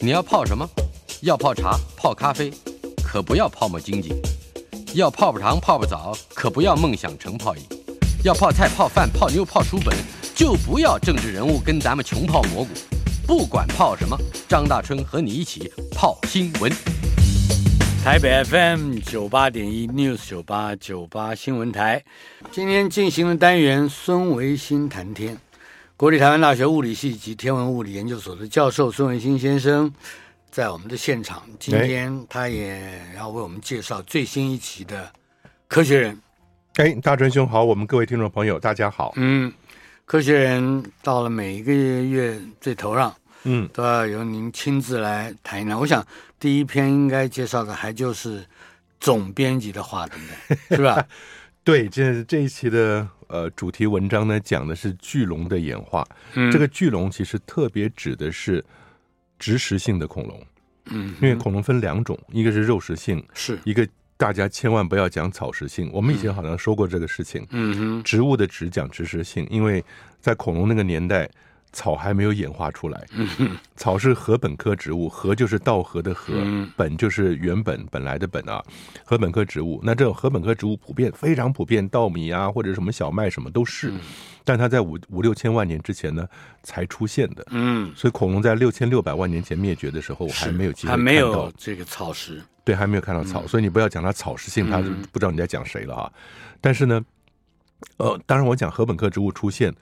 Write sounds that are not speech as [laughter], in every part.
你要泡什么？要泡茶、泡咖啡，可不要泡沫经济；要泡泡糖、泡泡澡，可不要梦想成泡影；要泡菜、泡饭、泡妞、泡书本，就不要政治人物跟咱们穷泡蘑菇。不管泡什么，张大春和你一起泡新闻。台北 FM 九八点一 News 九八九八新闻台，今天进行的单元孙维新谈天，国立台湾大学物理系及天文物理研究所的教授孙维新先生在我们的现场，今天他也要为我们介绍最新一期的《科学人》。哎，大春兄好，我们各位听众朋友大家好。嗯，《科学人》到了每一个月最头上，嗯，都要由您亲自来谈一谈。我想第一篇应该介绍的还就是总编辑的话，对不对？是 [laughs] 吧？对，这这一期的呃主题文章呢，讲的是巨龙的演化。嗯 [laughs] 这个巨龙其实特别指的是植食性的恐龙，嗯，因为恐龙分两种，一个是肉食性，是一个大家千万不要讲草食性。我们以前好像说过这个事情，嗯植物的植讲植食性，因为在恐龙那个年代。草还没有演化出来，嗯哼，草是禾本科植物，禾就是稻禾的禾，嗯本就是原本本来的本啊，禾本科植物。那这种禾本科植物普遍非常普遍，稻米啊或者什么小麦什么都嗯是，但它在五五六千万年之前呢才出现的，嗯，所以恐龙在六千六百万年前灭绝的时候还没有机会还没看有到这个草食，对，还没有看到草，所以你不要讲它草食性，它是不知道你在讲谁了啊。但是呢，呃，当然我讲禾本科植物出现，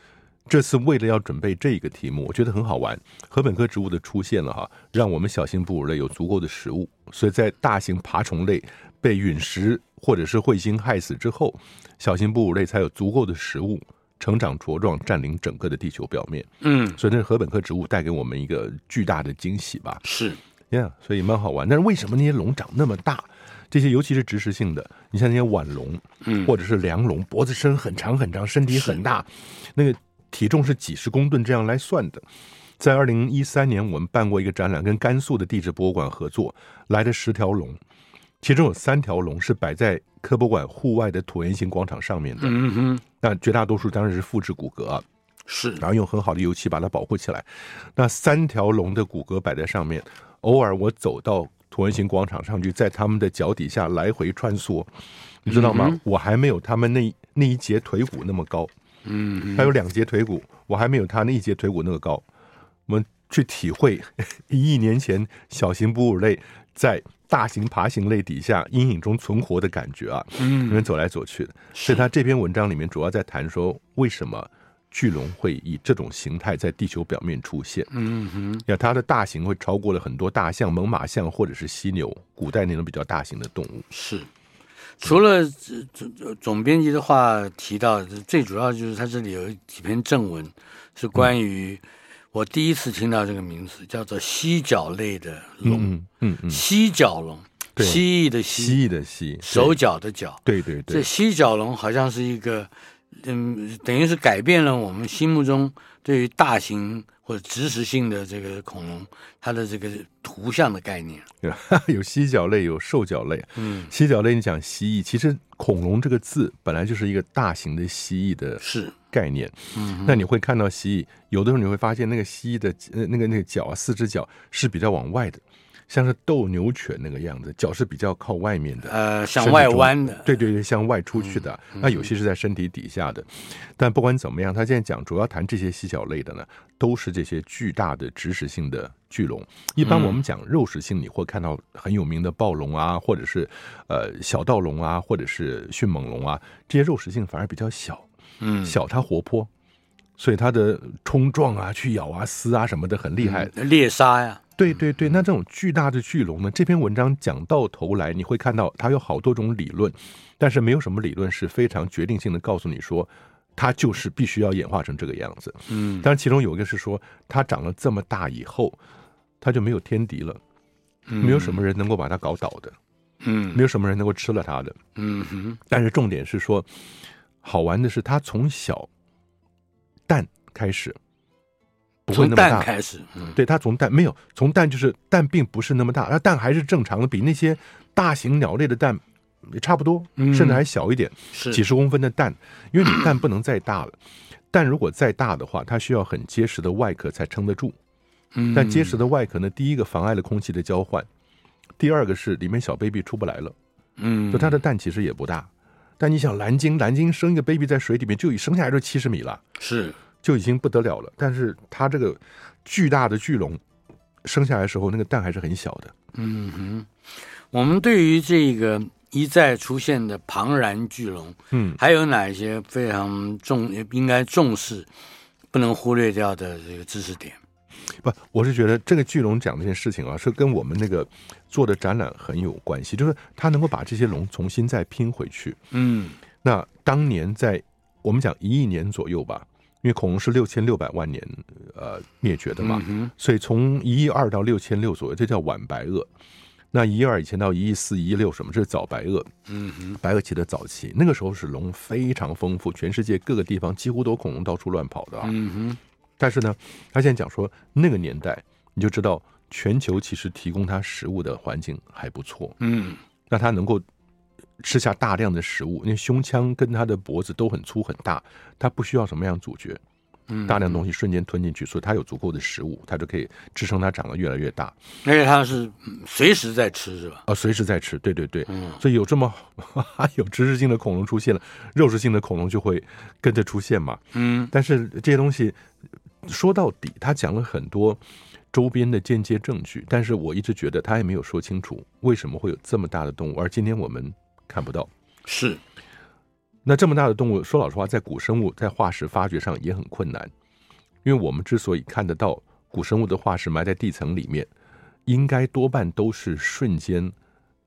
这次为了要准备这一个题目，我觉得很好玩。禾本科植物的出现了哈、让我们小型哺乳类有足够的食物，所以在大型爬虫类被陨石或者是彗星害死之后，小型哺乳类才有足够的食物。成长茁壮，占领整个的地球表面，嗯，所以那是禾本科植物带给我们一个巨大的惊喜吧。是，呀、所以蛮好玩。但是为什么那些龙长那么大？这些尤其是植食性的，你像那些腕龙，嗯或者是梁龙，脖子伸很长很长，身体很大，那个体重是几十公吨这样来算的。在二零一三年，我们办过一个展览，跟甘肃的地质博物馆合作，来的十条龙，其中有三条龙是摆在科博馆户外的椭圆形广场上面的，嗯哼，那绝大多数当然是复制骨骼啊、是，然后用很好的油漆把它保护起来。那三条龙的骨骼摆在上面，偶尔我走到椭圆形广场上去，在他们的脚底下来回穿梭，你知道吗？我还没有他们那那一节腿骨那么高，嗯，还有两节腿骨，我还没有他那一节腿骨那个高。我们去体会一亿年前小型哺乳类在大型爬行类底下阴影中存活的感觉啊，嗯因为走来走去的。所以他这篇文章里面主要在谈说为什么。巨龙会以这种形态在地球表面出现，嗯哼，那它的大型会超过了很多大象、猛犸象或者是犀牛，古代那种比较大型的动物。是。除了呃总总编辑的话提到，最主要就是他这里有几篇正文是关于我第一次听到这个名字，叫做犀角类的龙，嗯嗯嗯，犀角龙，对蜥蜴的蜥蜥，蜴的蜥，手脚的脚，对对对这对，犀角龙好像是一个，嗯，等于是改变了我们心目中对于大型或者植食性的这个恐龙它的这个图像的概念。有犀角类，有兽脚类。嗯，犀角类，你讲蜥蜴，其实“恐龙”这个字本来就是一个大型的蜥蜴的是，概念。嗯那你会看到蜥蜴，有的时候你会发现那个蜥蜴的呃那个那个脚啊，四只脚是比较往外的，像是斗牛犬那个样子，脚是比较靠外面的。呃，向外弯的，对对对，向外出去的，那有些是在身体底下的，但不管怎么样，他现在讲主要谈这些犀角类的呢，都是这些巨大的植食性的巨龙。一般我们讲肉食性，你会看到很有名的暴龙啊，或者是呃小盗龙啊，或者是迅猛龙啊，这些肉食性反而比较小，嗯，小它活泼，所以它的冲撞啊、去咬啊、撕啊什么的很厉害。猎杀呀，对对嗯对，那这种巨大的巨龙呢？这篇文章讲到头来，你会看到它有好多种理论，但是没有什么理论是非常决定性的告诉你说，它就是必须要演化成这个样子。嗯，但其中有一个是说，它长了这么大以后，它就没有天敌了，没有什么人能够把它搞倒的，嗯没有什么人能够吃了它的。嗯哼，但是重点是说，好玩的是它从小蛋开始不会从那么蛋大，开始，嗯对，它从蛋没有从蛋就是蛋并不是那么大，它蛋还是正常的，比那些大型鸟类的蛋也差不多，嗯甚至还小一点，是，几十公分的蛋，因为你蛋不能再大了，蛋如果再大的话，它需要很结实的外壳才撑得住，嗯但结实的外壳呢，第一个妨碍了空气的交换，第二个是里面小 baby 出不来了，嗯，就它的蛋其实也不大。但你想蓝鲸，蓝鲸生一个 baby 在水里面就已生下来就七十米了，是就已经不得了了。但是它这个巨大的巨龙生下来的时候，那个蛋还是很小的。嗯哼，我们对于这个一再出现的庞然巨龙，嗯，还有哪一些非常重应该重视、不能忽略掉的这个知识点？不，我是觉得这个巨龙讲这件事情啊，是跟我们那个做的展览很有关系，就是它能够把这些龙重新再拼回去。嗯那当年在我们讲一亿年左右吧，因为恐龙是六千六百万年呃灭绝的嘛，嗯哼，所以从一亿二到六千六左右，这叫晚白垩。那一亿二以前到一亿四、一亿六什么，这是早白垩，嗯哼，白垩期的早期，那个时候是龙非常丰富，全世界各个地方几乎都有恐龙到处乱跑的啊。嗯哼，但是呢，他现在讲说那个年代，你就知道全球其实提供它食物的环境还不错，嗯那它能够吃下大量的食物，因为胸腔跟它的脖子都很粗很大，它不需要什么样咀嚼，嗯，大量东西瞬间吞进去，所以它有足够的食物，它就可以支撑它长得越来越大，而且它是嗯随时在吃，是吧？啊，随时在吃，对对对。嗯所以有这么 [laughs] 有知识性的恐龙出现了，肉食性的恐龙就会跟着出现嘛。嗯但是这些东西说到底，他讲了很多周边的间接证据，但是我一直觉得他也没有说清楚为什么会有这么大的动物，而今天我们看不到。是，那这么大的动物，说老实话，在古生物在化石发掘上也很困难，因为我们之所以看得到古生物的化石埋在地层里面，应该多半都是瞬间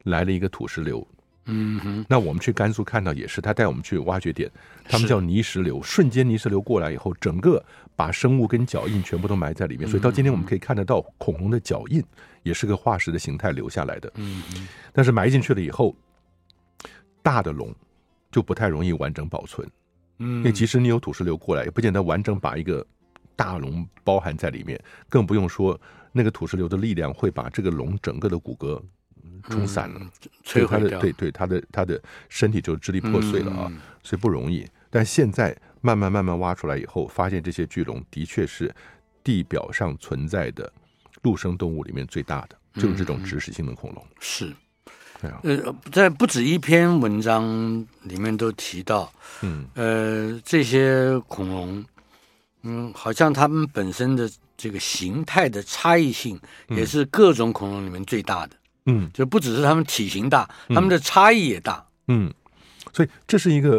来了一个土石流。嗯哼，那我们去甘肃看到也是，他带我们去挖掘点，他们是叫泥石流，瞬间泥石流过来以后，整个把生物跟脚印全部都埋在里面，所以到今天我嗯们可以看得到恐龙的脚印，也是个化石的形态留下来的。嗯但是埋进去了以后，大的龙就不太容易完整保存，因为嗯，即使你有土石流过来，也不见得完整把一个大龙包含在里面，更不用说那个土石流的力量会把这个龙整个的骨骼嗯冲散了。摧它毁的掉，对对它的它的身体就支离破碎了啊，嗯所以不容易。但现在慢慢慢慢挖出来以后，发现这些巨龙的确是地表上存在的陆生动物里面最大的，就是这嗯种植食性的恐龙。是。对啊，呃，在不止一篇文章里面都提到，嗯，呃，这些恐龙，嗯，好像它们本身的这个形态的差异性，也是各种恐龙里面最大的。嗯就不只是它们体型大，它们的差异也大。嗯，所以这是一个。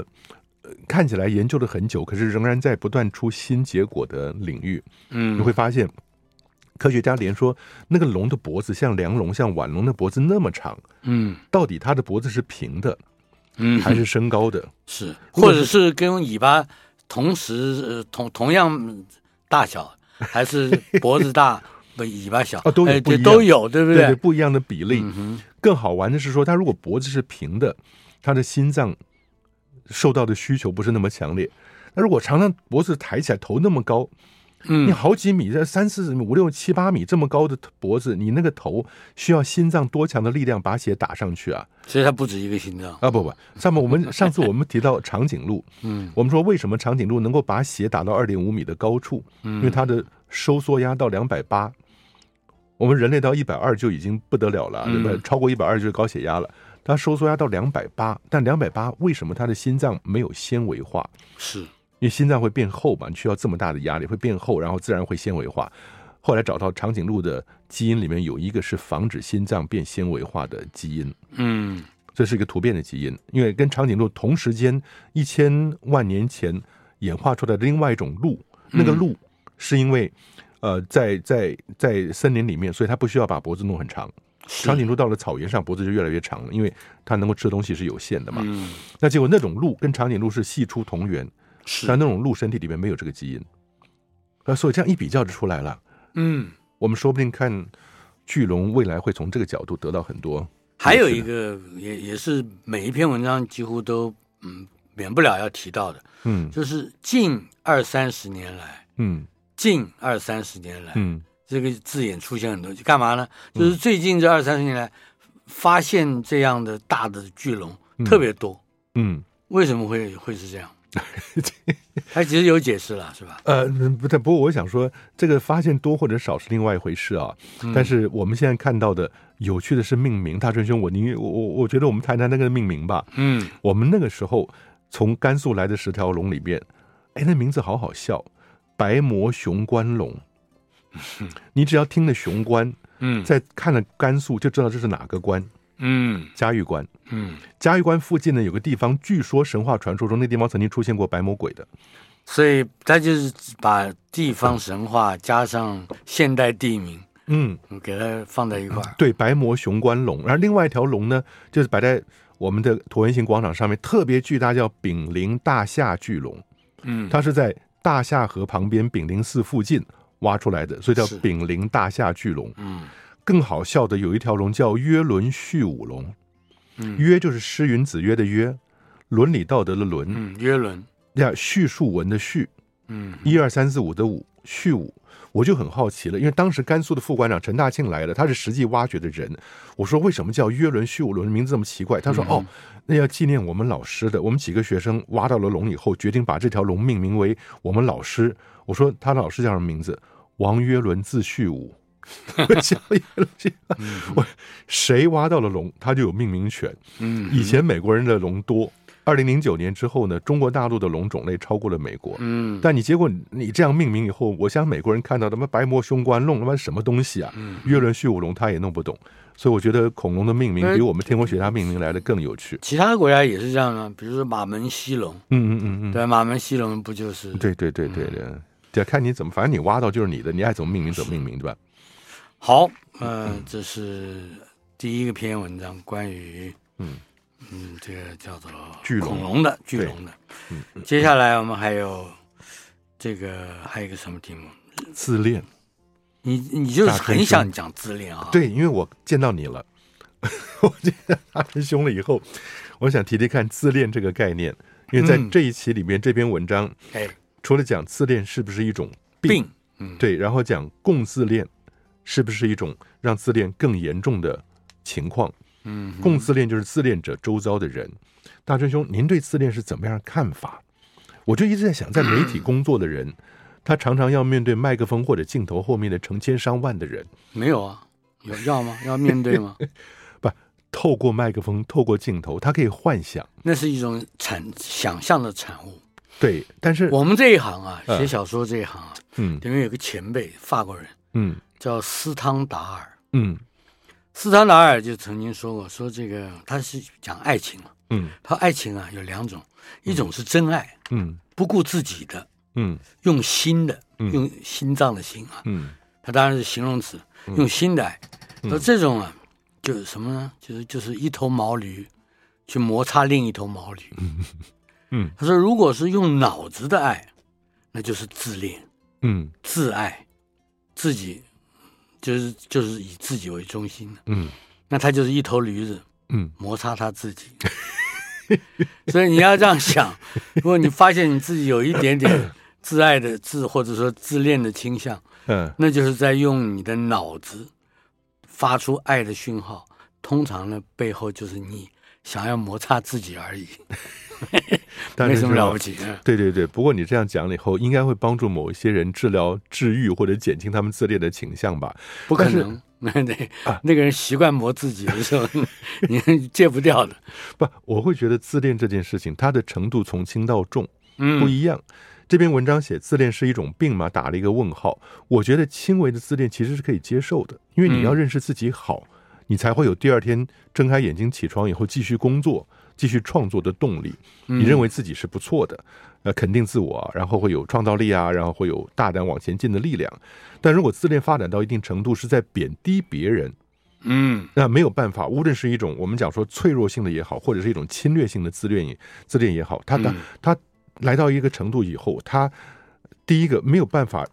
呃看起来研究了很久，可是仍然在不断出新结果的领域。嗯，你会发现，科学家连说那个龙的脖子像梁龙、像腕龙的脖子那么长，嗯到底它的脖子是平的嗯，还是升高的？是，或者或者是跟尾巴同时呃同同样大 [laughs] 小，还是脖子大尾巴小啊都有哎不一对样都有，对不对不一样的比例。嗯哼，更好玩的是说，它如果脖子是平的，它的心脏受到的需求不是那么强烈。那如果常常脖子抬起来，头那么高，你嗯，好几米，在三四米、五六七八米这么高的脖子，你那个头需要心脏多强的力量把血打上去啊！所以它不止一个心脏。啊不不，上面我们上次我们提到长颈鹿， [laughs] 嗯，我们说为什么长颈鹿能够把血打到二点五米的高处？嗯因为它的收缩压到两百八，我们人类到一百二就已经不得了了，对吧？嗯超过一百二就是高血压了。它收缩压到两百八，但两百八为什么它的心脏没有纤维化？是，因为心脏会变厚嘛，你需要这么大的压力会变厚，然后自然会纤维化。后来找到长颈鹿的基因里面有一个是防止心脏变纤维化的基因，嗯这是一个突变的基因，因为跟长颈鹿同时间一千万年前演化出来的另外一种鹿，嗯那个鹿是因为，呃，在在在森林里面，所以它不需要把脖子弄很长。是长颈鹿到了草原上，脖子就越来越长了，因为它能够吃的东西是有限的嘛。嗯那结果那种鹿跟长颈鹿是系出同源，是但那种鹿身体里面没有这个基因，呃，所以这样一比较就出来了。嗯，我们说不定看巨龙未来会从这个角度得到很多。还有一个也也是每一篇文章几乎都嗯免不了要提到的，嗯就是近二三十年来，嗯近二三十年来，嗯这个字眼出现很多，就干嘛呢？就是最近这二三十年来，发现这样的大的巨龙特别多，嗯， [laughs] 为什么会会是这样？他其实有解释了，是吧？呃，不对，不过我想说，这个发现多或者少是另外一回事啊。但是我们现在看到的有趣的是命名，大春兄，我宁我我我觉得我们谈谈那个命名吧。嗯，我们那个时候从甘肃来的十条龙里边，哎，那名字好好笑，白魔雄关龙。你只要听了雄关，嗯再看了甘肃，就知道这是哪个关，嗯嘉峪关。嗯，嘉峪关附近呢有个地方，据说神话传说中那地方曾经出现过白魔鬼的。所以他就是把地方神话加上现代地名，嗯，给它放在一块儿。对，白魔雄关龙。然后另外一条龙呢，就是摆在我们的椭圆形广场上面，特别巨大，叫炳灵大夏巨龙。嗯，它是在大夏河旁边炳灵寺附近挖出来的，所以叫是炳灵大夏巨龙。嗯更好笑的有一条龙叫约伦续舞龙，嗯约就是诗云子曰的曰，伦理道德的伦，嗯，约伦，呀、叙述文的叙，嗯一二三四五的五续五，我就很好奇了，因为当时甘肃的副馆长陈大庆来了，他是实际挖掘的人。我说为什么叫约伦续五轮，名字这么奇怪？他说、哦，那要纪念我们老师的。我们几个学生挖到了龙以后，决定把这条龙命名为我们老师。我说他老师叫什么名字？王约伦字续武。叫约伦续武我 [laughs] 谁挖到了龙，他就有命名权。嗯以前美国人的龙多，二零零九年之后呢，中国大陆的龙种类超过了美国。嗯但你结果你这样命名以后，我想美国人看到他妈白魔凶关弄他妈什么东西啊？月轮续舞龙他也弄不懂，所以我觉得恐龙的命名比我们天文学家命名来的更有趣。其他的国家也是这样啊的，比如说马门溪龙，嗯嗯嗯对，马门溪龙不就是嗯，？对对对对对，得看你怎么，反正你挖到就是你的，你爱怎么命名怎么命名，对吧？好，呃，这是第一个篇文章，关于嗯嗯，这个叫做巨龙嗯恐龙的巨龙的。接下来我们还有这个还有一个什么题目？自恋，你你就是大春很想讲自恋啊？，对，因为我见到你了，我见到大师兄了以后，我想提提看自恋这个概念，因为在嗯这一期里面这篇文章哎，除了讲自恋是不是一种病病，对，然后讲共自恋是不是一种让自恋更严重的情况？嗯，共自恋就是自恋者周遭的人。大春兄，您对自恋是怎么样的看法？我就一直在想，在媒体工作的人，他常常要面对麦克风或者镜头后面的成千上万的人，没有啊？有要 [laughs] 吗？要面对吗？透过麦克风，透过镜头，他可以幻想。那是一种产想象的产物。对，但是，我们这一行啊，嗯写小说这一行啊，嗯里面有个前辈，法国人嗯叫斯汤达尔。嗯斯汤达尔就曾经说过，说这个他是讲爱情嘛，嗯他说爱情啊有两种，一种是真爱，嗯不顾自己的，嗯用心的，嗯用心脏的心啊，嗯它当然是形容词，用心的爱。那、这种啊，就是什么呢？就是就是一头毛驴去摩擦另一头毛驴。嗯，他说，如果是用脑子的爱，那就是自恋。嗯自爱，自己就是就是以自己为中心的，嗯那他就是一头驴子嗯摩擦他自己。 [laughs] 所以你要这样想， [laughs] 如果你发现你自己有一点点自爱的自或者说自恋的倾向，嗯那就是在用你的脑子发出爱的讯号。通常呢，背后就是你想要摩擦自己而已，但没是什么是吧了不起。嗯对对对，不过你这样讲了以后，应该会帮助某一些人治疗、治愈或者减轻他们自恋的倾向吧？不可但是啊能，那 [laughs] 对那个人习惯磨自己的时候， [laughs] 你戒不掉的。不，我会觉得自恋这件事情，它的程度从轻到重嗯不一样。这篇文章写自恋是一种病吗？打了一个问号。我觉得轻微的自恋其实是可以接受的，因为你要认识自己好，你才会有第二天睁开眼睛起床以后继续工作、继续创作的动力。你嗯认为自己是不错的，呃，肯定自我啊，然后会有创造力啊，然后会有大胆往前进的力量。但如果自恋发展到一定程度，是在贬低别人，嗯那没有办法，无论是一种我们讲说脆弱性的也好，或者是一种侵略性的自恋也自恋也好，它它嗯它来到一个程度以后，它第一个没有办法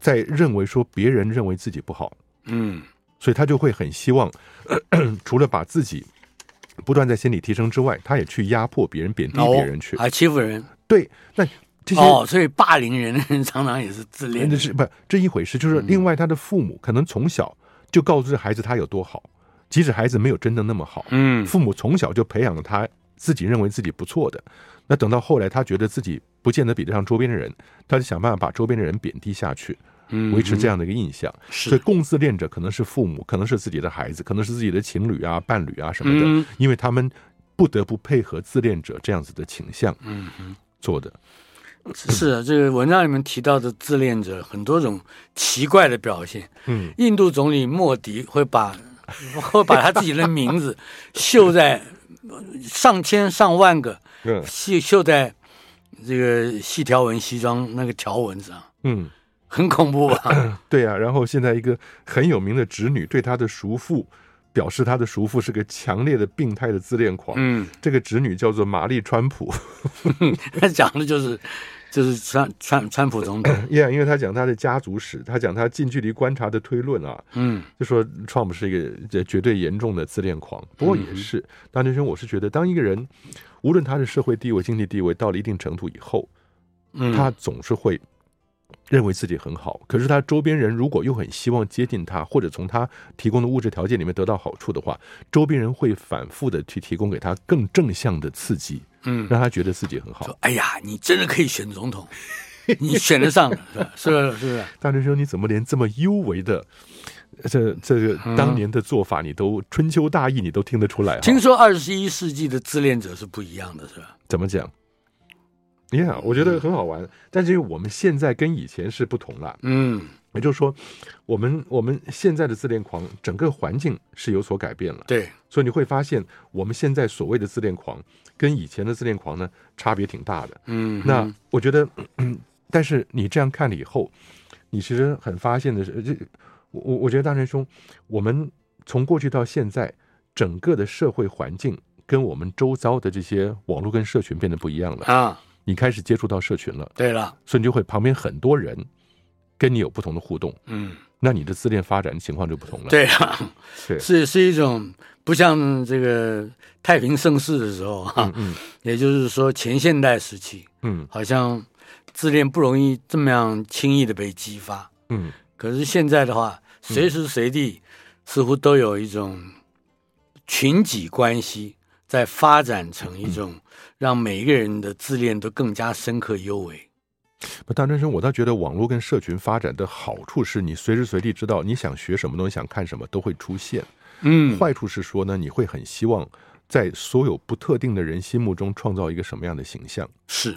再认为说别人认为自己不好，嗯所以他就会很希望， [clears throat] 除了把自己不断在心里提升之外，他也去压迫别人、贬哦低别人去。还嗯啊欺负人对，那这些哦，所以霸凌人的人 [laughs] 常常也是自恋那的。是不这一回事，就是嗯另外他的父母可能从小就告知孩子他有多好，即使孩子没有真的那么好，嗯父母从小就培养了他自己认为自己不错的。那等到后来，他觉得自己不见得比得上周边的人，他就想办法把周边的人贬低下去，嗯维持这样的一个印象。是所以共自恋者可能是父母，可能是自己的孩子，可能是自己的情侣啊、伴侣啊什么的，嗯因为他们不得不配合自恋者这样子的倾向嗯做的。是啊，这个文章里面提到的自恋者很多种奇怪的表现。嗯，印度总理莫迪会把 [laughs] 会把他自己的名字绣在上千上万个嗯绣绣在这个细条纹西装那个条纹上，嗯，很恐怖吧？对啊。然后现在一个很有名的侄女对她的叔父表示，她的叔父是个强烈的病态的自恋狂。嗯，这个侄女叫做玛丽川普， [laughs] 他讲的就是就是川川川普总统， yeah, 因为她讲她的家族史，她讲她近距离观察的推论啊，嗯就说 Trump 是一个这绝对严重的自恋狂，不过也是，当年生我是觉得，当一个人无论他的社会地位、经济地位到了一定程度以后，嗯，他总是会认为自己很好，可是他周边人如果又很希望接近他，或者从他提供的物质条件里面得到好处的话，周边人会反复的去提供给他更正向的刺激，嗯让他觉得自己很好。说哎呀，你真的可以选总统，你选得上，是吧？是不是？是不是？大学生，你怎么连这么幽微的呃这这个当年的做法，你都春秋大义你都听得出来、啊？嗯听说二十一世纪的自恋者是不一样的，是吧？怎么讲？Yeah，我觉嗯得很好玩，但是因为我们现在跟以前是不同了，嗯，也就是说，我们我们现在的自恋狂，整个环境是有所改变了，对，所以你会发现，我们现在所谓的自恋狂跟以前的自恋狂呢，差别挺大的。嗯，那我觉得， [clears throat] 但是你这样看了以后，你其实很发现的是，这我我我觉得大成兄，我们从过去到现在，整个的社会环境跟我们周遭的这些网络跟社群变得不一样了。啊，你开始接触到社群了，对了，所以你就会旁边很多人跟你有不同的互动，嗯，那你的自恋发展情况就不同了。对了， [laughs] 对是是一种不像这个太平盛世的时候哈、嗯嗯也就是说前现代时期，嗯好像自恋不容易这么样轻易的被激发。嗯，可是现在的话，随时随地似乎都有一种群体关系在发展成一种让每一个人的自恋都更加深刻优美。不大专生，我倒觉得网络跟社群发展的好处是你随时随地知道你想学什么东西、想看什么都会出现。嗯，坏处是说呢，你会很希望在所有不特定的人心目中创造一个什么样的形象。是，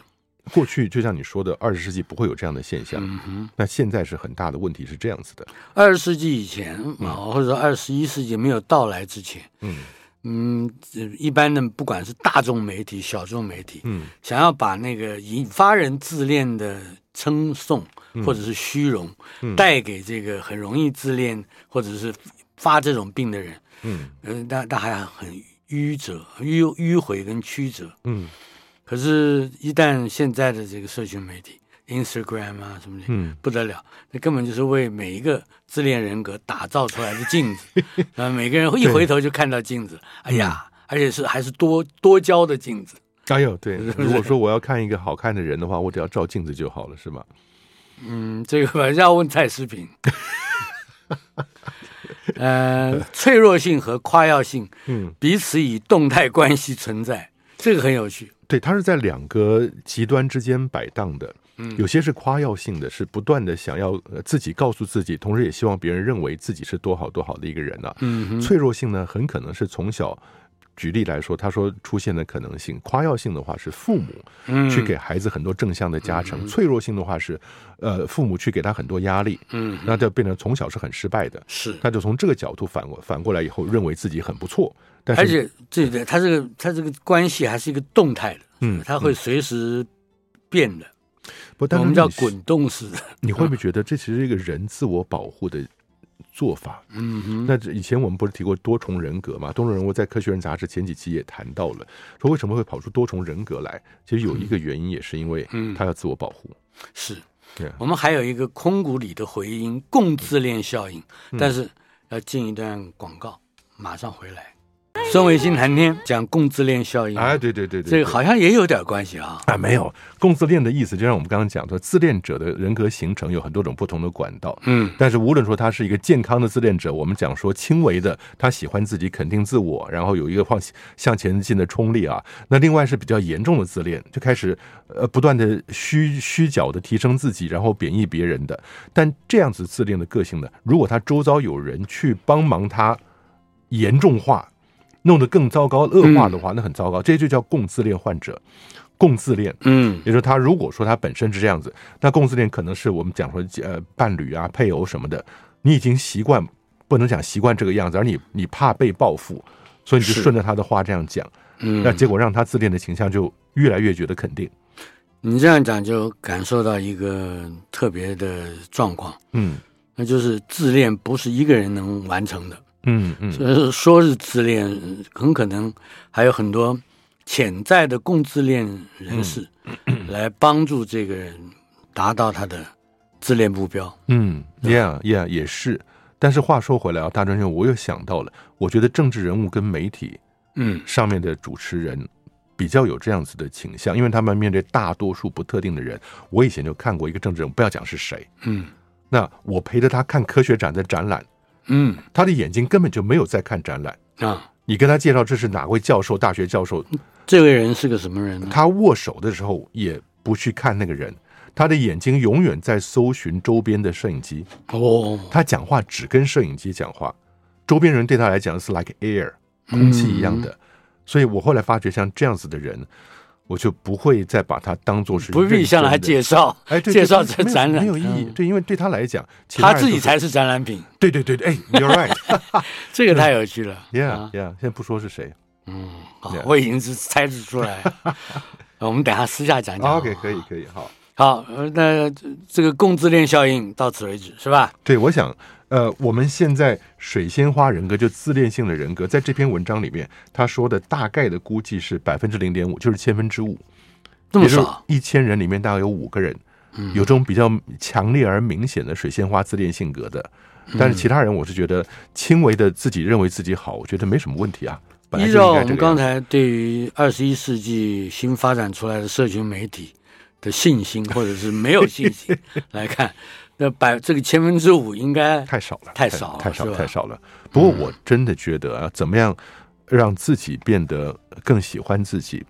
过去就像你说的，二十世纪不会有这样的现象。嗯哼。那现在是很大的问题，是这样子的。二十世纪以前啊，或者二十一世纪没有到来之前，嗯嗯，呃一般的不管是大众媒体、小众媒体，嗯想要把那个引发人自恋的称颂或者是虚荣，嗯带给这个很容易自恋或者是发这种病的人，嗯嗯，但但还很迂折、迂迂回跟曲折。嗯可是，一旦现在的这个社群媒体，Instagram 啊什么的，嗯，不得了，那根本就是为每一个自恋人格打造出来的镜 [laughs] 子，然后每个人一回头就看到镜子，哎呀，而且是还是多多焦的镜子，哎呦，对，如果说我要看一个好看的人的话，我只要照镜子就好了，是吗？嗯，这个吧要问蔡诗 [laughs] 平。呃，脆弱性和夸耀性嗯，彼此以动态关系存在，这个很有趣。对，它是在两个极端之间摆荡的。嗯有些是夸耀性的，是不断的想要呃自己告诉自己，同时也希望别人认为自己是多好多好的一个人啊。嗯哼，脆弱性呢，很可能是从小。举例来说，他说出现的可能性，夸耀性的话是父母嗯去给孩子很多正向的加成，脆弱性的话是，呃，父母去给他很多压力，嗯，那就变成从小是很失败的，是，他就从这个角度反过反过来以后，认为自己很不错，但是而且对对，它这个它这个关系还是一个动态的，嗯它会随时变的，不，但我是们叫你滚动式的。 [laughs] 你会不会觉得这其实是一个人自我保护的做法？嗯哼，那这以前我们不是提过多重人格嘛？多重人格在《科学人》杂志前几期也谈到了，说为什么会跑出多重人格来？其实有一个原因也是因为嗯他要自我保护。是对啊我们还有一个空谷里的回音嗯共自恋效应，但是要进一段广告，马上回来。爱孙维新谈天讲共自恋效应，哎，对对对对，嗯这个好像也有点关系啊。啊，没有共自恋的意思，就像我们刚刚讲说，自恋者的人格形成有很多种不同的管道。嗯，但是无论说他是一个健康的自恋者，我们讲说轻微的，他喜欢自己，肯定自我，然后有一个往向前进的冲力啊。那另外是比较严重的自恋，就开始呃不断的虚虚假的提升自己，然后贬义别人的。但这样子自恋的个性呢，如果他周遭有人去帮忙他严重化，弄得更糟糕、恶化的话，那很糟糕。这就叫共自恋患者，共自恋。嗯也就是他如果说他本身是这样子，那共自恋可能是我们讲说呃伴侣啊、配偶什么的，你已经习惯，不能讲习惯这个样子，而你你怕被报复，所以你就是顺着他的话这样讲，那嗯，结果让他自恋的倾向就越来越觉得肯定。你这样讲就感受到一个特别的状况，嗯那就是自恋不是一个人能完成的。嗯嗯，呃，说是自恋，很可能还有很多潜在的共自恋人士来帮助这个人达到他的自恋目标。嗯，Yeah Yeah 也是。但是话说回来啊，大专兄，我又想到了，我觉得政治人物跟媒体嗯上面的主持人比较有这样子的倾向，因为他们面对大多数不特定的人。我以前就看过一个政治人物，不要讲是谁，嗯那我陪着他看科学展的展览，嗯他的眼睛根本就没有在看展览。啊，你跟他介绍这是哪位教授、大学教授，这个人是个什么人呢？他握手的时候也不去看那个人，他的眼睛永远在搜寻周边的摄影机。哦，他讲话只跟摄影机讲话，周边人对他来讲是 like air 空气一样的。所以我后来发觉，像这样子的人，我就不会再把他当做是不必向他认真介的绍，哎对对介绍对这没有展览没有意义嗯，对，因为对他来讲，其他人自己都是才是展览品，对对对对，哎，you're right，yeah 这个太有趣 [laughs] 了。啊 yeah，现在不说是谁嗯，好 Yeah 我已经是猜得出来了。 [laughs] 我们等一下私下讲讲。 ，OK，可以可以，好。好，呃那这这个共自恋效应到此为止，是吧？对，我想，呃，我们现在水仙花人格就自恋性的人格，在这篇文章里面，他说的大概的估计是百分之零点五，就是千分之五，这也么就是少，嗯一千人里面大概有五个人，有这种比较强烈而明显的水仙花自恋性格的。嗯但是其他人，我是觉得轻微的自己认为自己好，我觉得没什么问题啊。本来依就照应我该这们个样刚子。才对于二十一世纪新发展出来的社群媒体的信心，或者是没有信 [laughs] 心来看，那百这个千分之五应该太少了，太少了太少是了，吧嗯太少了。不过我真的觉得啊，怎么样让自己变得更喜欢自己，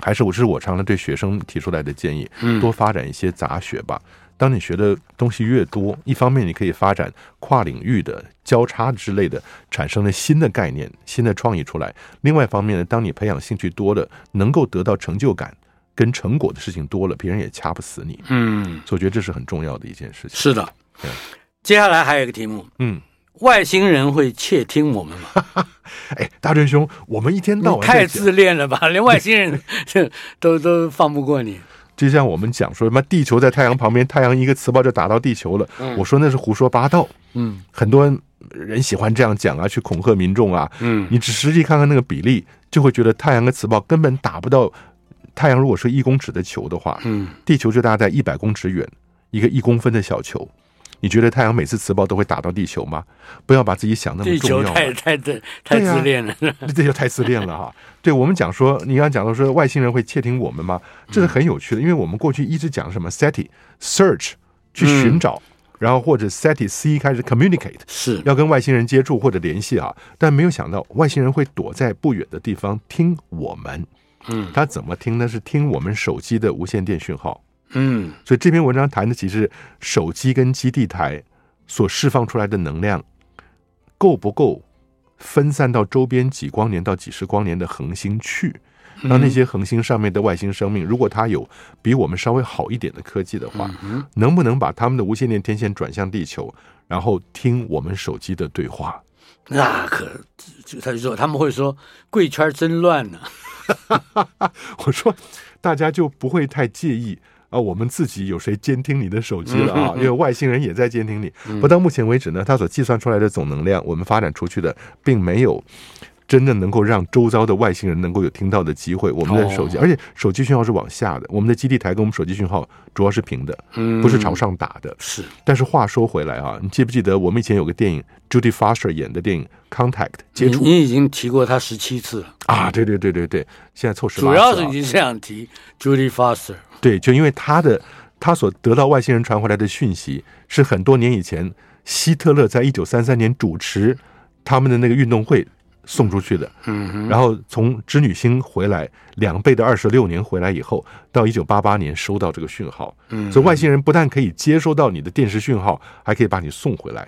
还是我这是我常常对学生提出来的建议，嗯多发展一些杂学吧。当你学的东西越多，一方面你可以发展跨领域的交叉之类的，产生了新的概念、新的创意出来；另外一方面呢，当你培养兴趣多了，能够得到成就感跟成果的事情多了，别人也掐不死你。嗯，所以我觉得这是很重要的一件事情。是的对。接下来还有一个题目，嗯。外星人会窃听我们吗？哎，大真兄，我们一天到你晚在太讲自恋了吧，连外星人 [laughs] 这都都放不过你。就像我们讲说什么地球在太阳旁边，太阳一个磁暴就打到地球了，我说那是胡说八道。嗯很多人人喜欢这样讲啊，去恐吓民众啊。嗯你只实际看看那个比例，就会觉得太阳跟磁暴根本打不到。太阳如果是一公尺的球的话，嗯，地球就大概在一百公尺远，一个一公分的小球。你觉得太阳每次磁暴都会打到地球吗？不要把自己想那么地重球要、啊。太太太太对啊自恋了。 [laughs] 这就太自恋了哈。对我们讲说，你刚刚讲到说外星人会窃听我们吗？这是很有趣的，因为我们过去一直讲什么 SETI search 去寻找，然后或者 SETI C 开始 communicate 是，要跟外星人接触或者联系啊，但没有想到外星人会躲在不远的地方听我们。嗯他怎么听呢？是听我们手机的无线电讯号。嗯所以这篇文章谈的其实是手机跟基地台所释放出来的能量够不够分散到周边几光年到几十光年的恒星去。那那些恒星上面的外星生命，如果它有比我们稍微好一点的科技的话，能不能把他们的无线电天线转向地球，然后听我们手机的对话？那可就他就说他们会说贵圈真乱呢、我说，大家就不会太介意啊，我们自己有谁监听你的手机了嗯啊？因为外星人也在监听你。不到目前为止呢，它所计算出来的总能量，我们发展出去的并没有真的能够让周遭的外星人能够有听到的机会。我们的手机，哦而且手机讯号是往下的，我们的基地台跟我们手机讯号主要是平的，不是朝上打的。嗯是但是话说回来啊，你记不记得我们以前有个电影，Judy Foster 演的电影《Contact》接你触你已经提过他十七次了，啊？对对对对对，现在凑十八、啊，主要是你这样提 Judy Foster，对，就因为他的他所得到外星人传回来的讯息，是很多年以前希特勒在一九三三年主持他们的那个运动会送出去的。嗯哼，然后从织女星回来两倍的二十六年回来以后，到一九八八年收到这个讯号，嗯所以外星人不但可以接收到你的电视讯号，还可以把你送回来。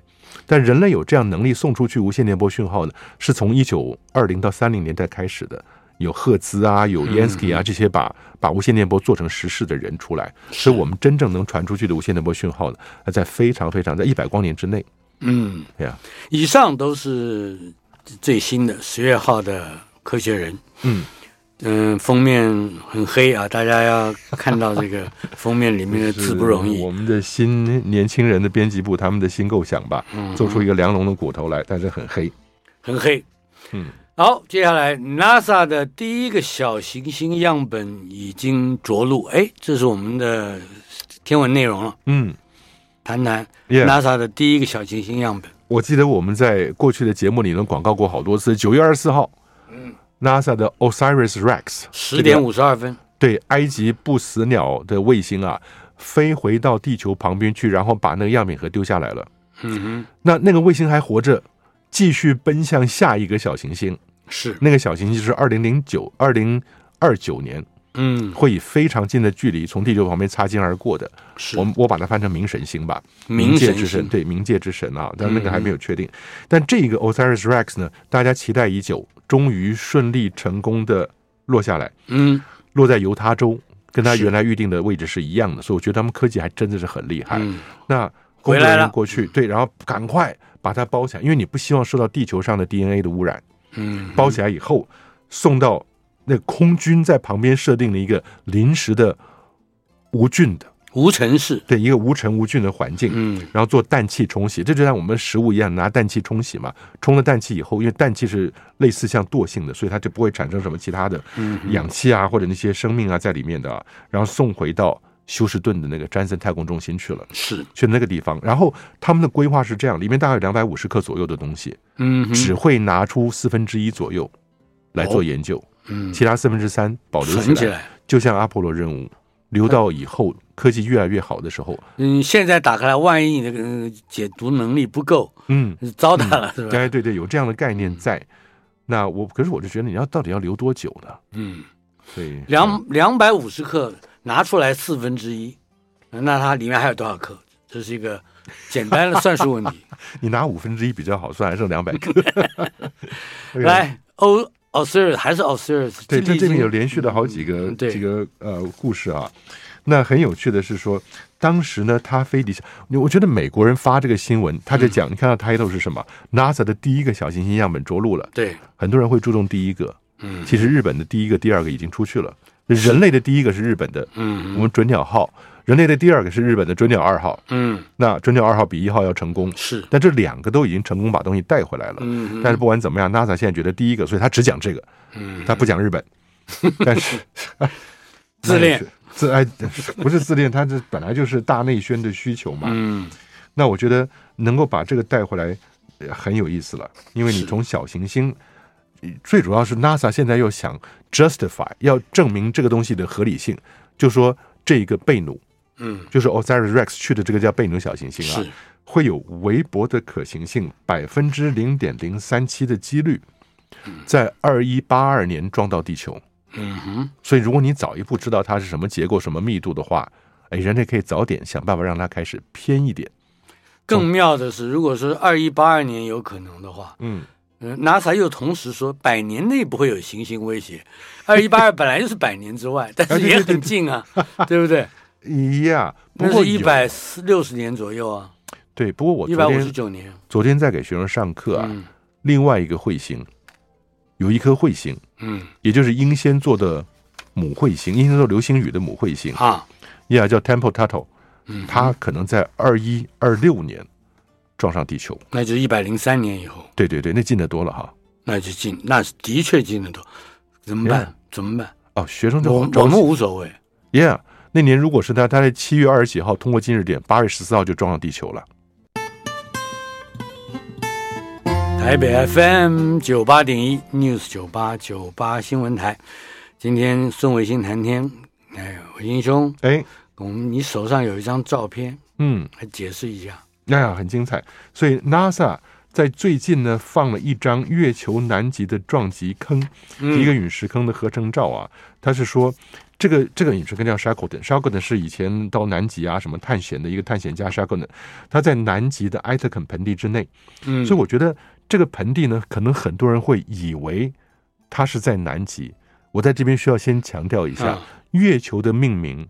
但人类有这样能力送出去无线电波讯号呢，是从一九二零到三零年代开始的。有赫兹啊，有 Yansky 啊，这些把把无线电波做成实事的人出来，所以我们真正能传出去的无线电波讯号呢，那在非常非常在一百光年之内，嗯，对呀，以上都是最新的十月号的《科学人》。嗯嗯，封面很黑啊，大家要看到这个封面里面的字不容 [laughs] 是易我。们的新年轻人的编辑部，他们的新构想吧，嗯做出一个梁龙的骨头来，但是很黑。很黑。嗯，好，接下来 NASA 的第一个小行星样本已经着陆，哎，这是我们的天文内容了，嗯谈谈 y NASA 的第一个小行星样本。我记得我们在过去的节目里能广告过好多次。九月二十四号，嗯，NASA 的 Osiris Rex 十点五十二分，对埃及不死鸟的卫星啊，飞回到地球旁边去，然后把那个样品盒丢下来了。嗯那那个卫星还活着，继续奔向下一个小行星。哼，是，那个小行星是二零零九二零二九年嗯，会以非常近的距离从地球旁边擦肩而过的。是我们我把它翻成冥神星吧，冥界神之神，星，嗯对，冥界之神啊，但那个还没有确定。但这个 Osiris Rex 呢，大家期待已久，终于顺利成功的落下来，嗯，落在犹他州，跟它是原来预定的位置是一样的，所以我觉得他们科技还真的是很厉害。嗯，那工作回来人员了过去对，然后赶快把它包起来，因为你不希望受到地球上的 DNA 的污染。嗯，包起来以后送到那空军在旁边设定了一个临时的无菌的，无尘室，对，一个无尘无菌的环境。嗯，然后做氮气冲洗，这就像我们食物一样拿氮气冲洗嘛。冲了氮气以后，因为氮气是类似像惰性的，所以它就不会产生什么其他的嗯氧气啊或者那些生命啊在里面的啊。然后送回到休斯顿的那个詹森太空中心去了，是，去那个地方。然后他们的规划是这样，里面大概有两百五十克左右的东西，嗯哼，只会拿出四分之一左右来做研究，嗯，其他四分之三保留存起起来，嗯来。就像阿波罗任务留到以后科技越来越好的时候，嗯，现在打开来，万一你的呃解读能力不够，嗯。糟蹋了，是吧？哎，对嗯对，有这样的概念在。那我可是我就觉得你要到底要留多久呢？嗯。所以嗯两两百五十克拿出来四分之一，那它里面还有多少克？这是一个简单的算术问题。你拿五分之一比较好算，还剩两百克。 [laughs] 哎呦，来，哦欧奥斯尔还是奥斯尔，对，这里已这经里有连续的好几个、嗯对几个呃故事啊。那很有趣的是说，当时呢，他飞底下，我觉得美国人发这个新闻，他在讲，你看到 title 是什么？NASA 的第一个小行星样本着陆了。对，很多人会注重第一个，嗯其实日本的第一个、第二个已经出去了。人类的第一个是日本的，我嗯们准鸟号；人类的第二个是日本的准鸟二号。嗯那准鸟二号比一号要成功，是，但这两个都已经成功把东西带回来了。嗯但是不管怎么样，NASA 现在觉得第一个，所以他只讲这个，他不讲 [laughs] 日本。但是自恋，自哎不是自恋，他这本来就是大内宣的需求嘛。嗯那我觉得能够把这个带回来、呃很有意思了，因为你是从小行星，呃最主要是 NASA 现在要想 justify，要证明这个东西的合理性，就说这个贝努，嗯就是 Osiris Rex 去的这个叫贝努小行星啊是，，会有微薄的可行性，百分之零点零三七的几率，在二一八二年撞到地球。嗯哼，所以，如果你早一步知道它是什么结构、什么密度的话，哎，人类可以早点想办法让它开始偏一点。更妙的是，如果说二一八二年有可能的话，嗯，嗯，NASA 又同时说百年内不会有行星威 [laughs] 胁，二一八二本来就是百年之啊外，但是也很近 [laughs] 啊，对不对？咦呀，不那过是一有百四六十年左右啊，对，不过我一百昨五十天九年。昨天在给学生上课啊，嗯另外一个彗星有一颗彗星，嗯也就是英仙座的母彗星，英仙座流星雨的母彗星，啊，也、叫 Temple Tuttle，嗯，它可能在二一二六年撞上地球。那就一百零三年以后，对对对，那近得多了哈。那就进，那是的确进得多。怎么办？怎么办？哦，学生就我好我着们急。无所谓， Yeah，那年如果是他，他在七月二十几号通过近日点，八月十四号就撞上地球了。台北 FM 九八点一 News 九八九八新闻台，今天孙维新谈天，哎，维新兄，哎，我们你手上有一张照片，嗯，来解释一下。那、呀，很精彩。所以 NASA 在最近呢放了一张月球南极的撞击坑，嗯一个陨石坑的合成照啊，他是说。这个这个陨石坑叫 Shackleton，Shackleton 是以前到南极啊什么探险的一个探险家 Shackleton，他在南极的埃特肯盆地之内，嗯，所以我觉得这个盆地呢，可能很多人会以为它是在南极。我在这边需要先强调一下，啊月球的命名，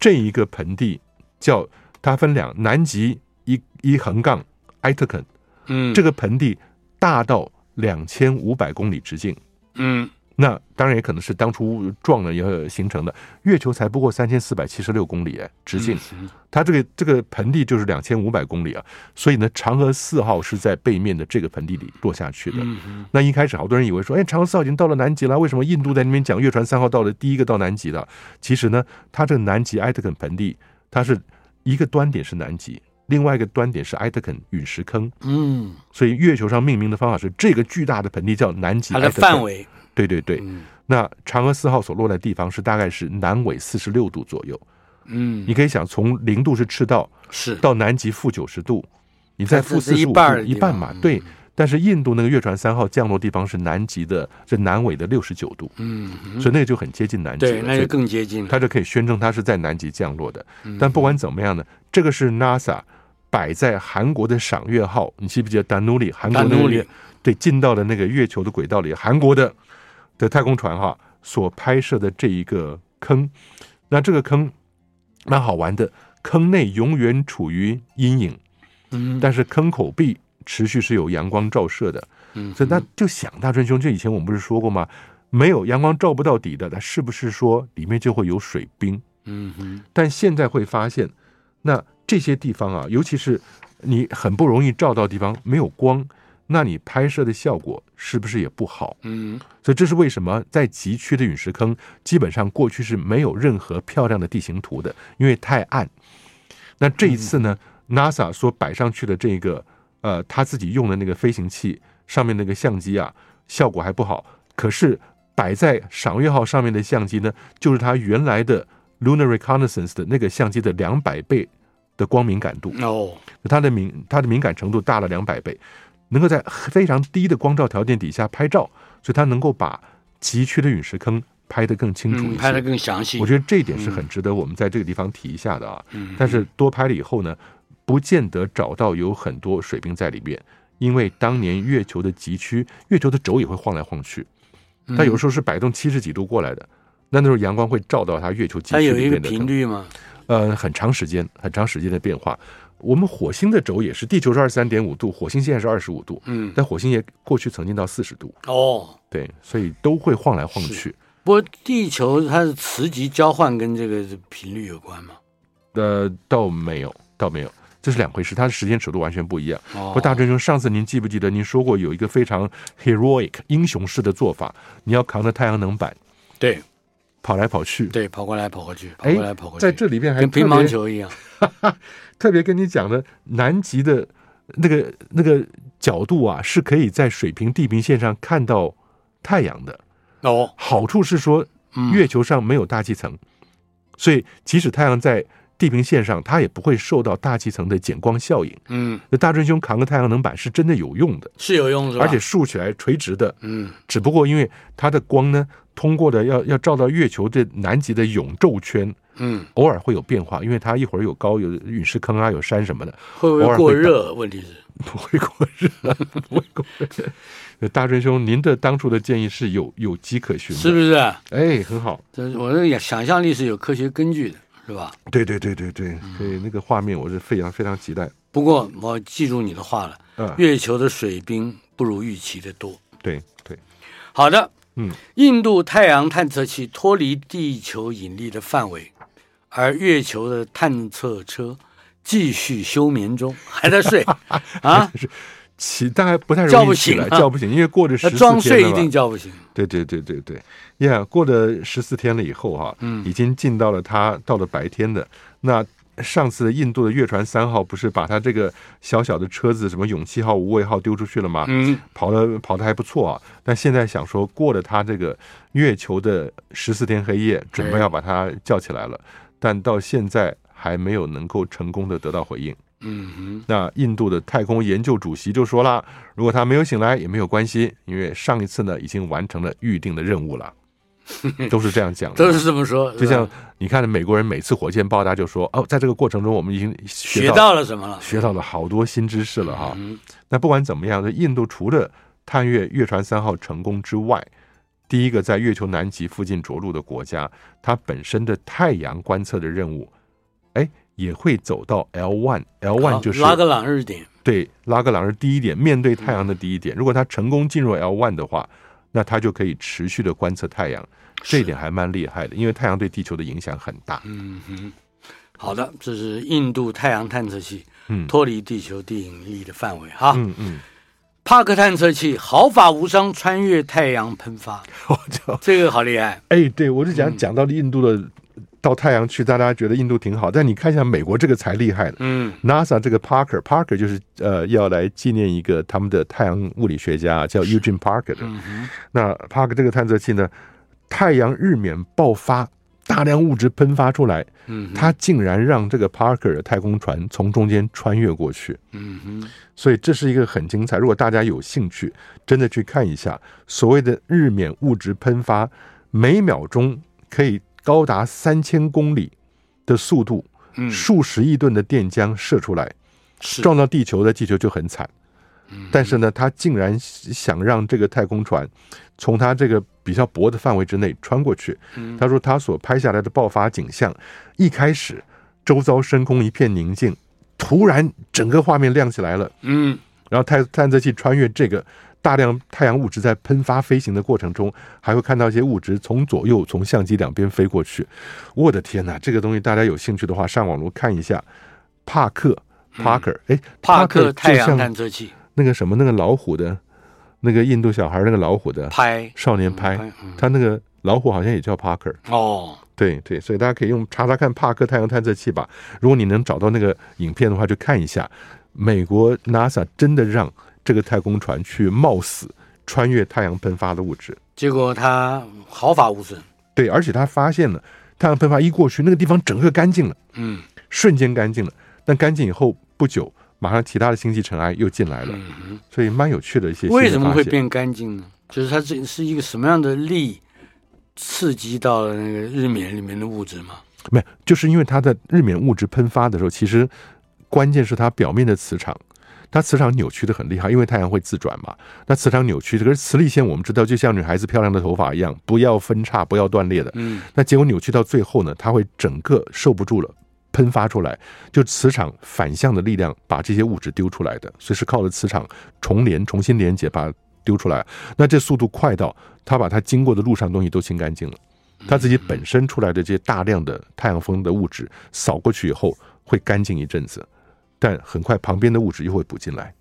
这一个盆地叫它分两，南极一一横杠埃特肯，嗯，这个，个盆地大到两千五百公里直径。嗯那当然也可能是当初撞了以后形成的。月球才不过三千四百七十六公里哎直嗯径，它这个这个盆地就是两千五百公里啊，所以呢，嫦娥四号是在背面的这个盆地里落下去的。嗯那一开始好多人以为说，哎，嫦娥四号已经到了南极了，为什么印度在那边讲月船三号到了第一个到南极的？其实呢，它这个南极埃特肯盆地，它是一个端点是南极，另外一个端点是埃特肯陨石坑，嗯，所以月球上命名的方法是这个巨大的盆地叫南极它埃的特肯范。围，对对对，嗯那嫦娥四号所落的地方是大概是南纬四十六度左右，嗯，你可以想从零度是赤道是到南极负九十度，你在负这四是一十五半儿度的地一半嘛方，嗯对。但是印度那个月船三号降落地方是南极的，是南纬的六十九度，嗯，所以那个就很接近南极对，了，那所就以更嗯接近了。它就可以宣称它是在南极降落的。但不管怎么样呢，这个是 NASA 摆在韩国的赏月号，你记不记得达努里？韩国那个 Danuli 月对进到了那个月球的轨道里，韩国的的太空船哈所拍摄的这一个坑，那这个坑蛮好玩的，坑内永远处于阴影，嗯，但是坑口壁持续是有阳光照射的，嗯所以那就想大春兄，这以前我们不是说过吗？没有阳光照不到底的，那是不是说里面就会有水冰？嗯哼，但现在会发现，那这些地方啊，尤其是你很不容易照到的地方，没有光，那你拍摄的效果是不是也不好？嗯所以这是为什么在极区的陨石坑，基本上过去是没有任何漂亮的地形图的，因为太暗。那这一次呢、n a s a 所摆上去的这个呃，他自己用的那个飞行器上面那个相机啊，效果还不好。可是摆在赏月号上面的相机呢，就是它原来的 Lunar Reconnaissance 的那个相机的两百倍的光敏感度。哦，它的敏它的敏感程度大了两百倍，能够在非常低的光照条件底下拍照，所以它能够把极区的陨石坑拍得更清楚嗯，一拍的些。更详细。我觉得这一点是很值得我们在这个地方提一下的啊。嗯但是多拍了以后呢，不见得找到有很多水冰在里面，因为当年月球的极区，月球的轴也会晃来晃去，嗯它有时候是摆动七十几度过来的。那那时候阳光会照到它月球极它区有一里个面的频坑率嘛，呃，很长时间，很长时间的变化。我们火星的轴也是，地球是二三点五度，火星现在是二十五度，嗯，但火星也过去曾经到四十度，哦。对，所以都会晃来晃去。不过地球它的磁极交换跟这个频率有关嘛？呃，倒没有，倒没有，这是两回事，它的时间尺度完全不一样。哦不过大真兄，上次您记不记得您说过有一个非常 heroic 英雄式的做法，你要扛着太阳能板对跑来跑去，对，跑过来跑过去，跑哎过来跑过去，在这里边还跟乒特别乓球一样。特别跟你讲的，南极的那个那个角度啊，是可以在水平地平线上看到太阳的。哦，好处是说，嗯月球上没有大气层，所以即使太阳在地平线上，它也不会受到大气层的减光效应。嗯，那大真兄扛个太阳能板是真的有用的，是有用是吧？而且竖起来垂直的，嗯，只不过因为它的光呢，通过的要要照到月球这南极的永昼圈，嗯，偶尔会有变化，因为它一会儿有高有陨石坑啊，有山什么的。会不偶会尔过会热？问题是，不会过日子，不会过日子。大春兄，您的当初的建议是有有迹可循的，是不是？哎，很好。这我的想象力是有科学根据的，是吧？对对对对对，所以那个画面我是非常非常期待。不过我记住你的话了，啊，月球的水冰不如预期的多。对对，好的，嗯，印度太阳探测器脱离地球引力的范围，而月球 [laughs] [laughs] 的探测车继续休眠中，还在睡啊？起大概不太叫容不易起醒来，啊叫不醒，因为过了十那四装睡天一了吧定叫不醒。对对对对对，呀、过了十四天了以后哈、嗯已经进到了它到了白天的那。上次印度的月船三号不是把它这个小小的车子，什么勇气号、无畏号丢出去了吗？嗯，跑的跑的还不错啊，但现在想说过了它这个月球的十四天黑夜，准备要把它叫起来了，但到现在还没有能够成功的得到回应。嗯那印度的太空研究主席就说啦，如果他没有醒来也没有关系，因为上一次呢已经完成了预定的任 [laughs] 务了，都是这样讲哼，都的。是这么说。就是吧像你看，美国人每次火箭爆炸就说哦，在这个过程中我们已经学学到到了什么了？学到了好多新知识了哈。嗯那不管怎么样，这印度除了探月月船三号成功之外，第一个在月球南极附近着陆的国家，它本身的太阳观测的任务，哎，也会走到 L one，L 好 one 就是啊拉格朗日点。对拉格朗日第一点，面对太阳的第一点。如果它成功进入 L one 的话，那它就可以持续的观测太阳，这一点还蛮厉害的，因为太阳对地球的影响很大。嗯哼，好的，这是印度太阳探测器嗯脱离地球地引力的范围哈。[laughs] 嗯嗯，帕克探测器毫发无伤穿越太阳喷发，我就这个好厉害。哎，对我就讲嗯讲到了印度的到太阳去，大家觉得印度挺好，但你看一下美国这个才厉害呢。嗯 NASA 这个 Parker Parker 就是呃要来纪念一个他们的太阳物理学家啊叫 Eugene Parker 的，嗯哼，那帕克这个探测器呢，太阳日冕爆发，大量物质喷发出来，嗯哼，它竟然让这个 Parker 的太空船从中间穿越过去，嗯哼，所以这是一个很精彩。如果大家有兴趣，真的去看一下所谓的日冕物质喷发，每秒钟可以高达三千公里的速度，嗯，数十亿吨的电浆射出来，是嗯撞到地球的地球就很惨。但是呢，他竟然想让这个太空船从他这个比较薄的范围之内穿过去。嗯他说他所拍下来的爆发景象，一开始周遭深空一片宁静，突然整个画面亮起来了。嗯然后探探测器穿越这个大量太阳物质在喷发飞行的过程中，还会看到一些物质从左右从相机两边飞过去。我的天哪，这个东西大家有兴趣的话，上网络看一下。帕克 Parker，哎、帕克太就阳像探测器那个什么那个老虎的，那个印度小孩那个老虎的拍少年拍，嗯他那个老虎好像也叫 Parker。哦，对对，所以大家可以用查查看帕克太阳探测器吧。如果你能找到那个影片的话，就看一下。美国 NASA 真的让这个太空船去冒死穿越太阳喷发的物质，结果他毫发无损。对，而且他发现了太阳喷发一过去，那个地方整个干净了，嗯瞬间干净了。但干净以后不久，马上其他的星际尘埃又进来了，嗯哼，所以蛮有趣的一些新的为什么发会现？变干净呢？就是它这是一个什么样的力刺激到了那个日冕里面的物质吗？没有，就是因为它的日冕物质喷发的时候，其实关键是它表面的磁场，它磁场扭曲的很厉害，因为太阳会自转嘛。那磁场扭曲，可是磁力线我们知道，就像女孩子漂亮的头发一样，不要分叉，不要断裂的。嗯那结果扭曲到最后呢，它会整个受不住了。喷发出来，就磁场反向的力量把这些物质丢出来的，所以是靠着磁场重连、重新连接把它丢出来。那这速度快到它把它经过的路上的东西都清干净了。它自己本身出来的这些大量的太阳风的物质扫过去以后会干净一阵子，但很快旁边的物质又会补 [laughs] 进来。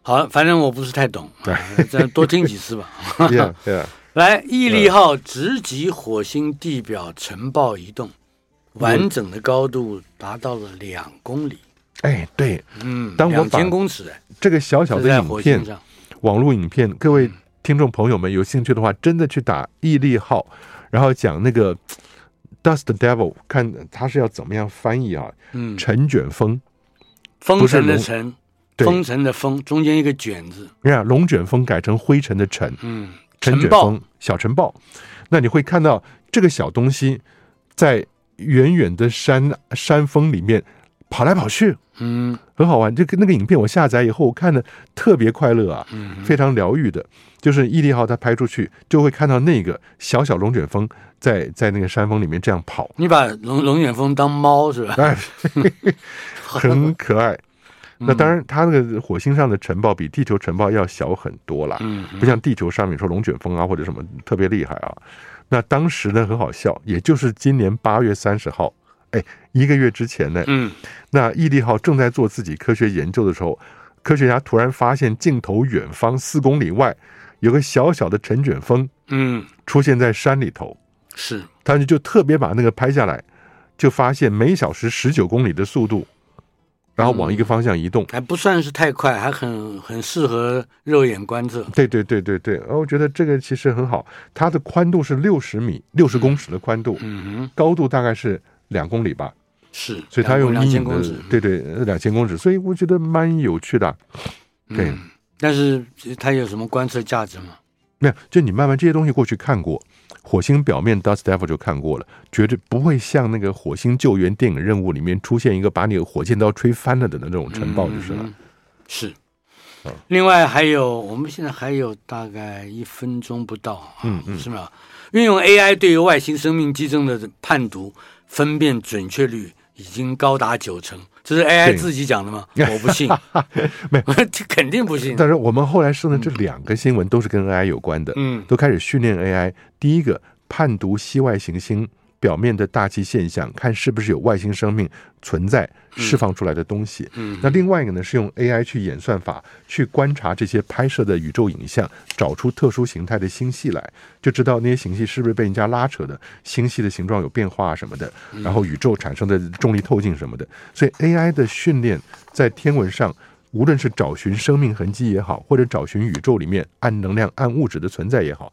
好了，反正我不是太懂，啊再多听几次吧。 yeah, yeah. 来，毅力号直击火星地表尘暴移动，完整的高度达到了两公里，哎，对，嗯，当我两把千公尺，哎这个小小这在的火影星片，上，网络影片，各嗯位听众朋友们有兴趣的话，真的去打毅力号，然后讲那个 Dust Devil，看他是要怎么样翻译啊？嗯，陈卷风，风尘的龙尘，对风尘的风，中间一个卷字，你看龙卷风改成灰尘的尘，嗯，陈尘卷暴，风、小尘暴，那你会看到这个小东西在远远的山山峰里面跑来跑去，嗯很好玩。这个那个影片我下载以后，我看的特别快乐啊，非常疗愈的。就是毅力号它拍出去，就会看到那个小小龙卷风在在那个山峰里面这样跑，你把龙龙卷风当猫是吧？哎， [laughs] 很可爱。那当然，它那个火星上的尘暴比地球尘暴要小很多啦。嗯，不像地球上面说龙卷风啊或者什么特别厉害啊。那当时呢很好笑，也就是今年八月三十号，哎，一个月之前呢，嗯，那毅力号正在做自己科学研究的时候，科学家突然发现镜头远方四公里外有个小小的陈卷风嗯，出现在山里头，是他们就特别把那个拍下来，就发现每小时十九公里的速度，然后嗯往一个方向移动。还不算是太快，还很很适合肉眼观测。对对对对对，呃我觉得这个其实很好，它的宽度是六十米，六十公尺的宽度，嗯高度大概是两公里吧，哼，是，所以它用两阴千影公的尺，，对对，呃两千公尺，所以我觉得蛮有趣的。对，嗯但是它有什么观测价值吗？没有，就你慢慢这些东西过去看过，火星表面 Dust Devil 就看过了，绝对不会像那个火星救援电影任务里面出现一个把你的火箭刀吹翻了的那种尘暴就是了。嗯嗯是。另外还有，我们现在还有大概一分钟不到啊，嗯嗯是吧？运用 AI 对于外星生命基证的判读分辨准确率已经高达九成，这是 AI 对自己讲的吗？我不信， [laughs] 没有， [laughs] 这肯定不信。但是我们后来剩的这两个新闻都是跟 AI 有关的，嗯都开始训练 AI。第一个，判读系外行星表面的大气现象，看是不是有外星生命存在释放出来的东西。嗯那另外一个呢，是用 AI 去演算法去观察这些拍摄的宇宙影像，找出特殊形态的星系来，就知道那些星系是不是被人家拉扯的，星系的形状有变化什么的，然后宇宙产生的重力透镜什么的。所以 AI 的训练在天文上，无论是找寻生命痕迹也好，或者找寻宇宙里面暗能量、暗物质的存在也好，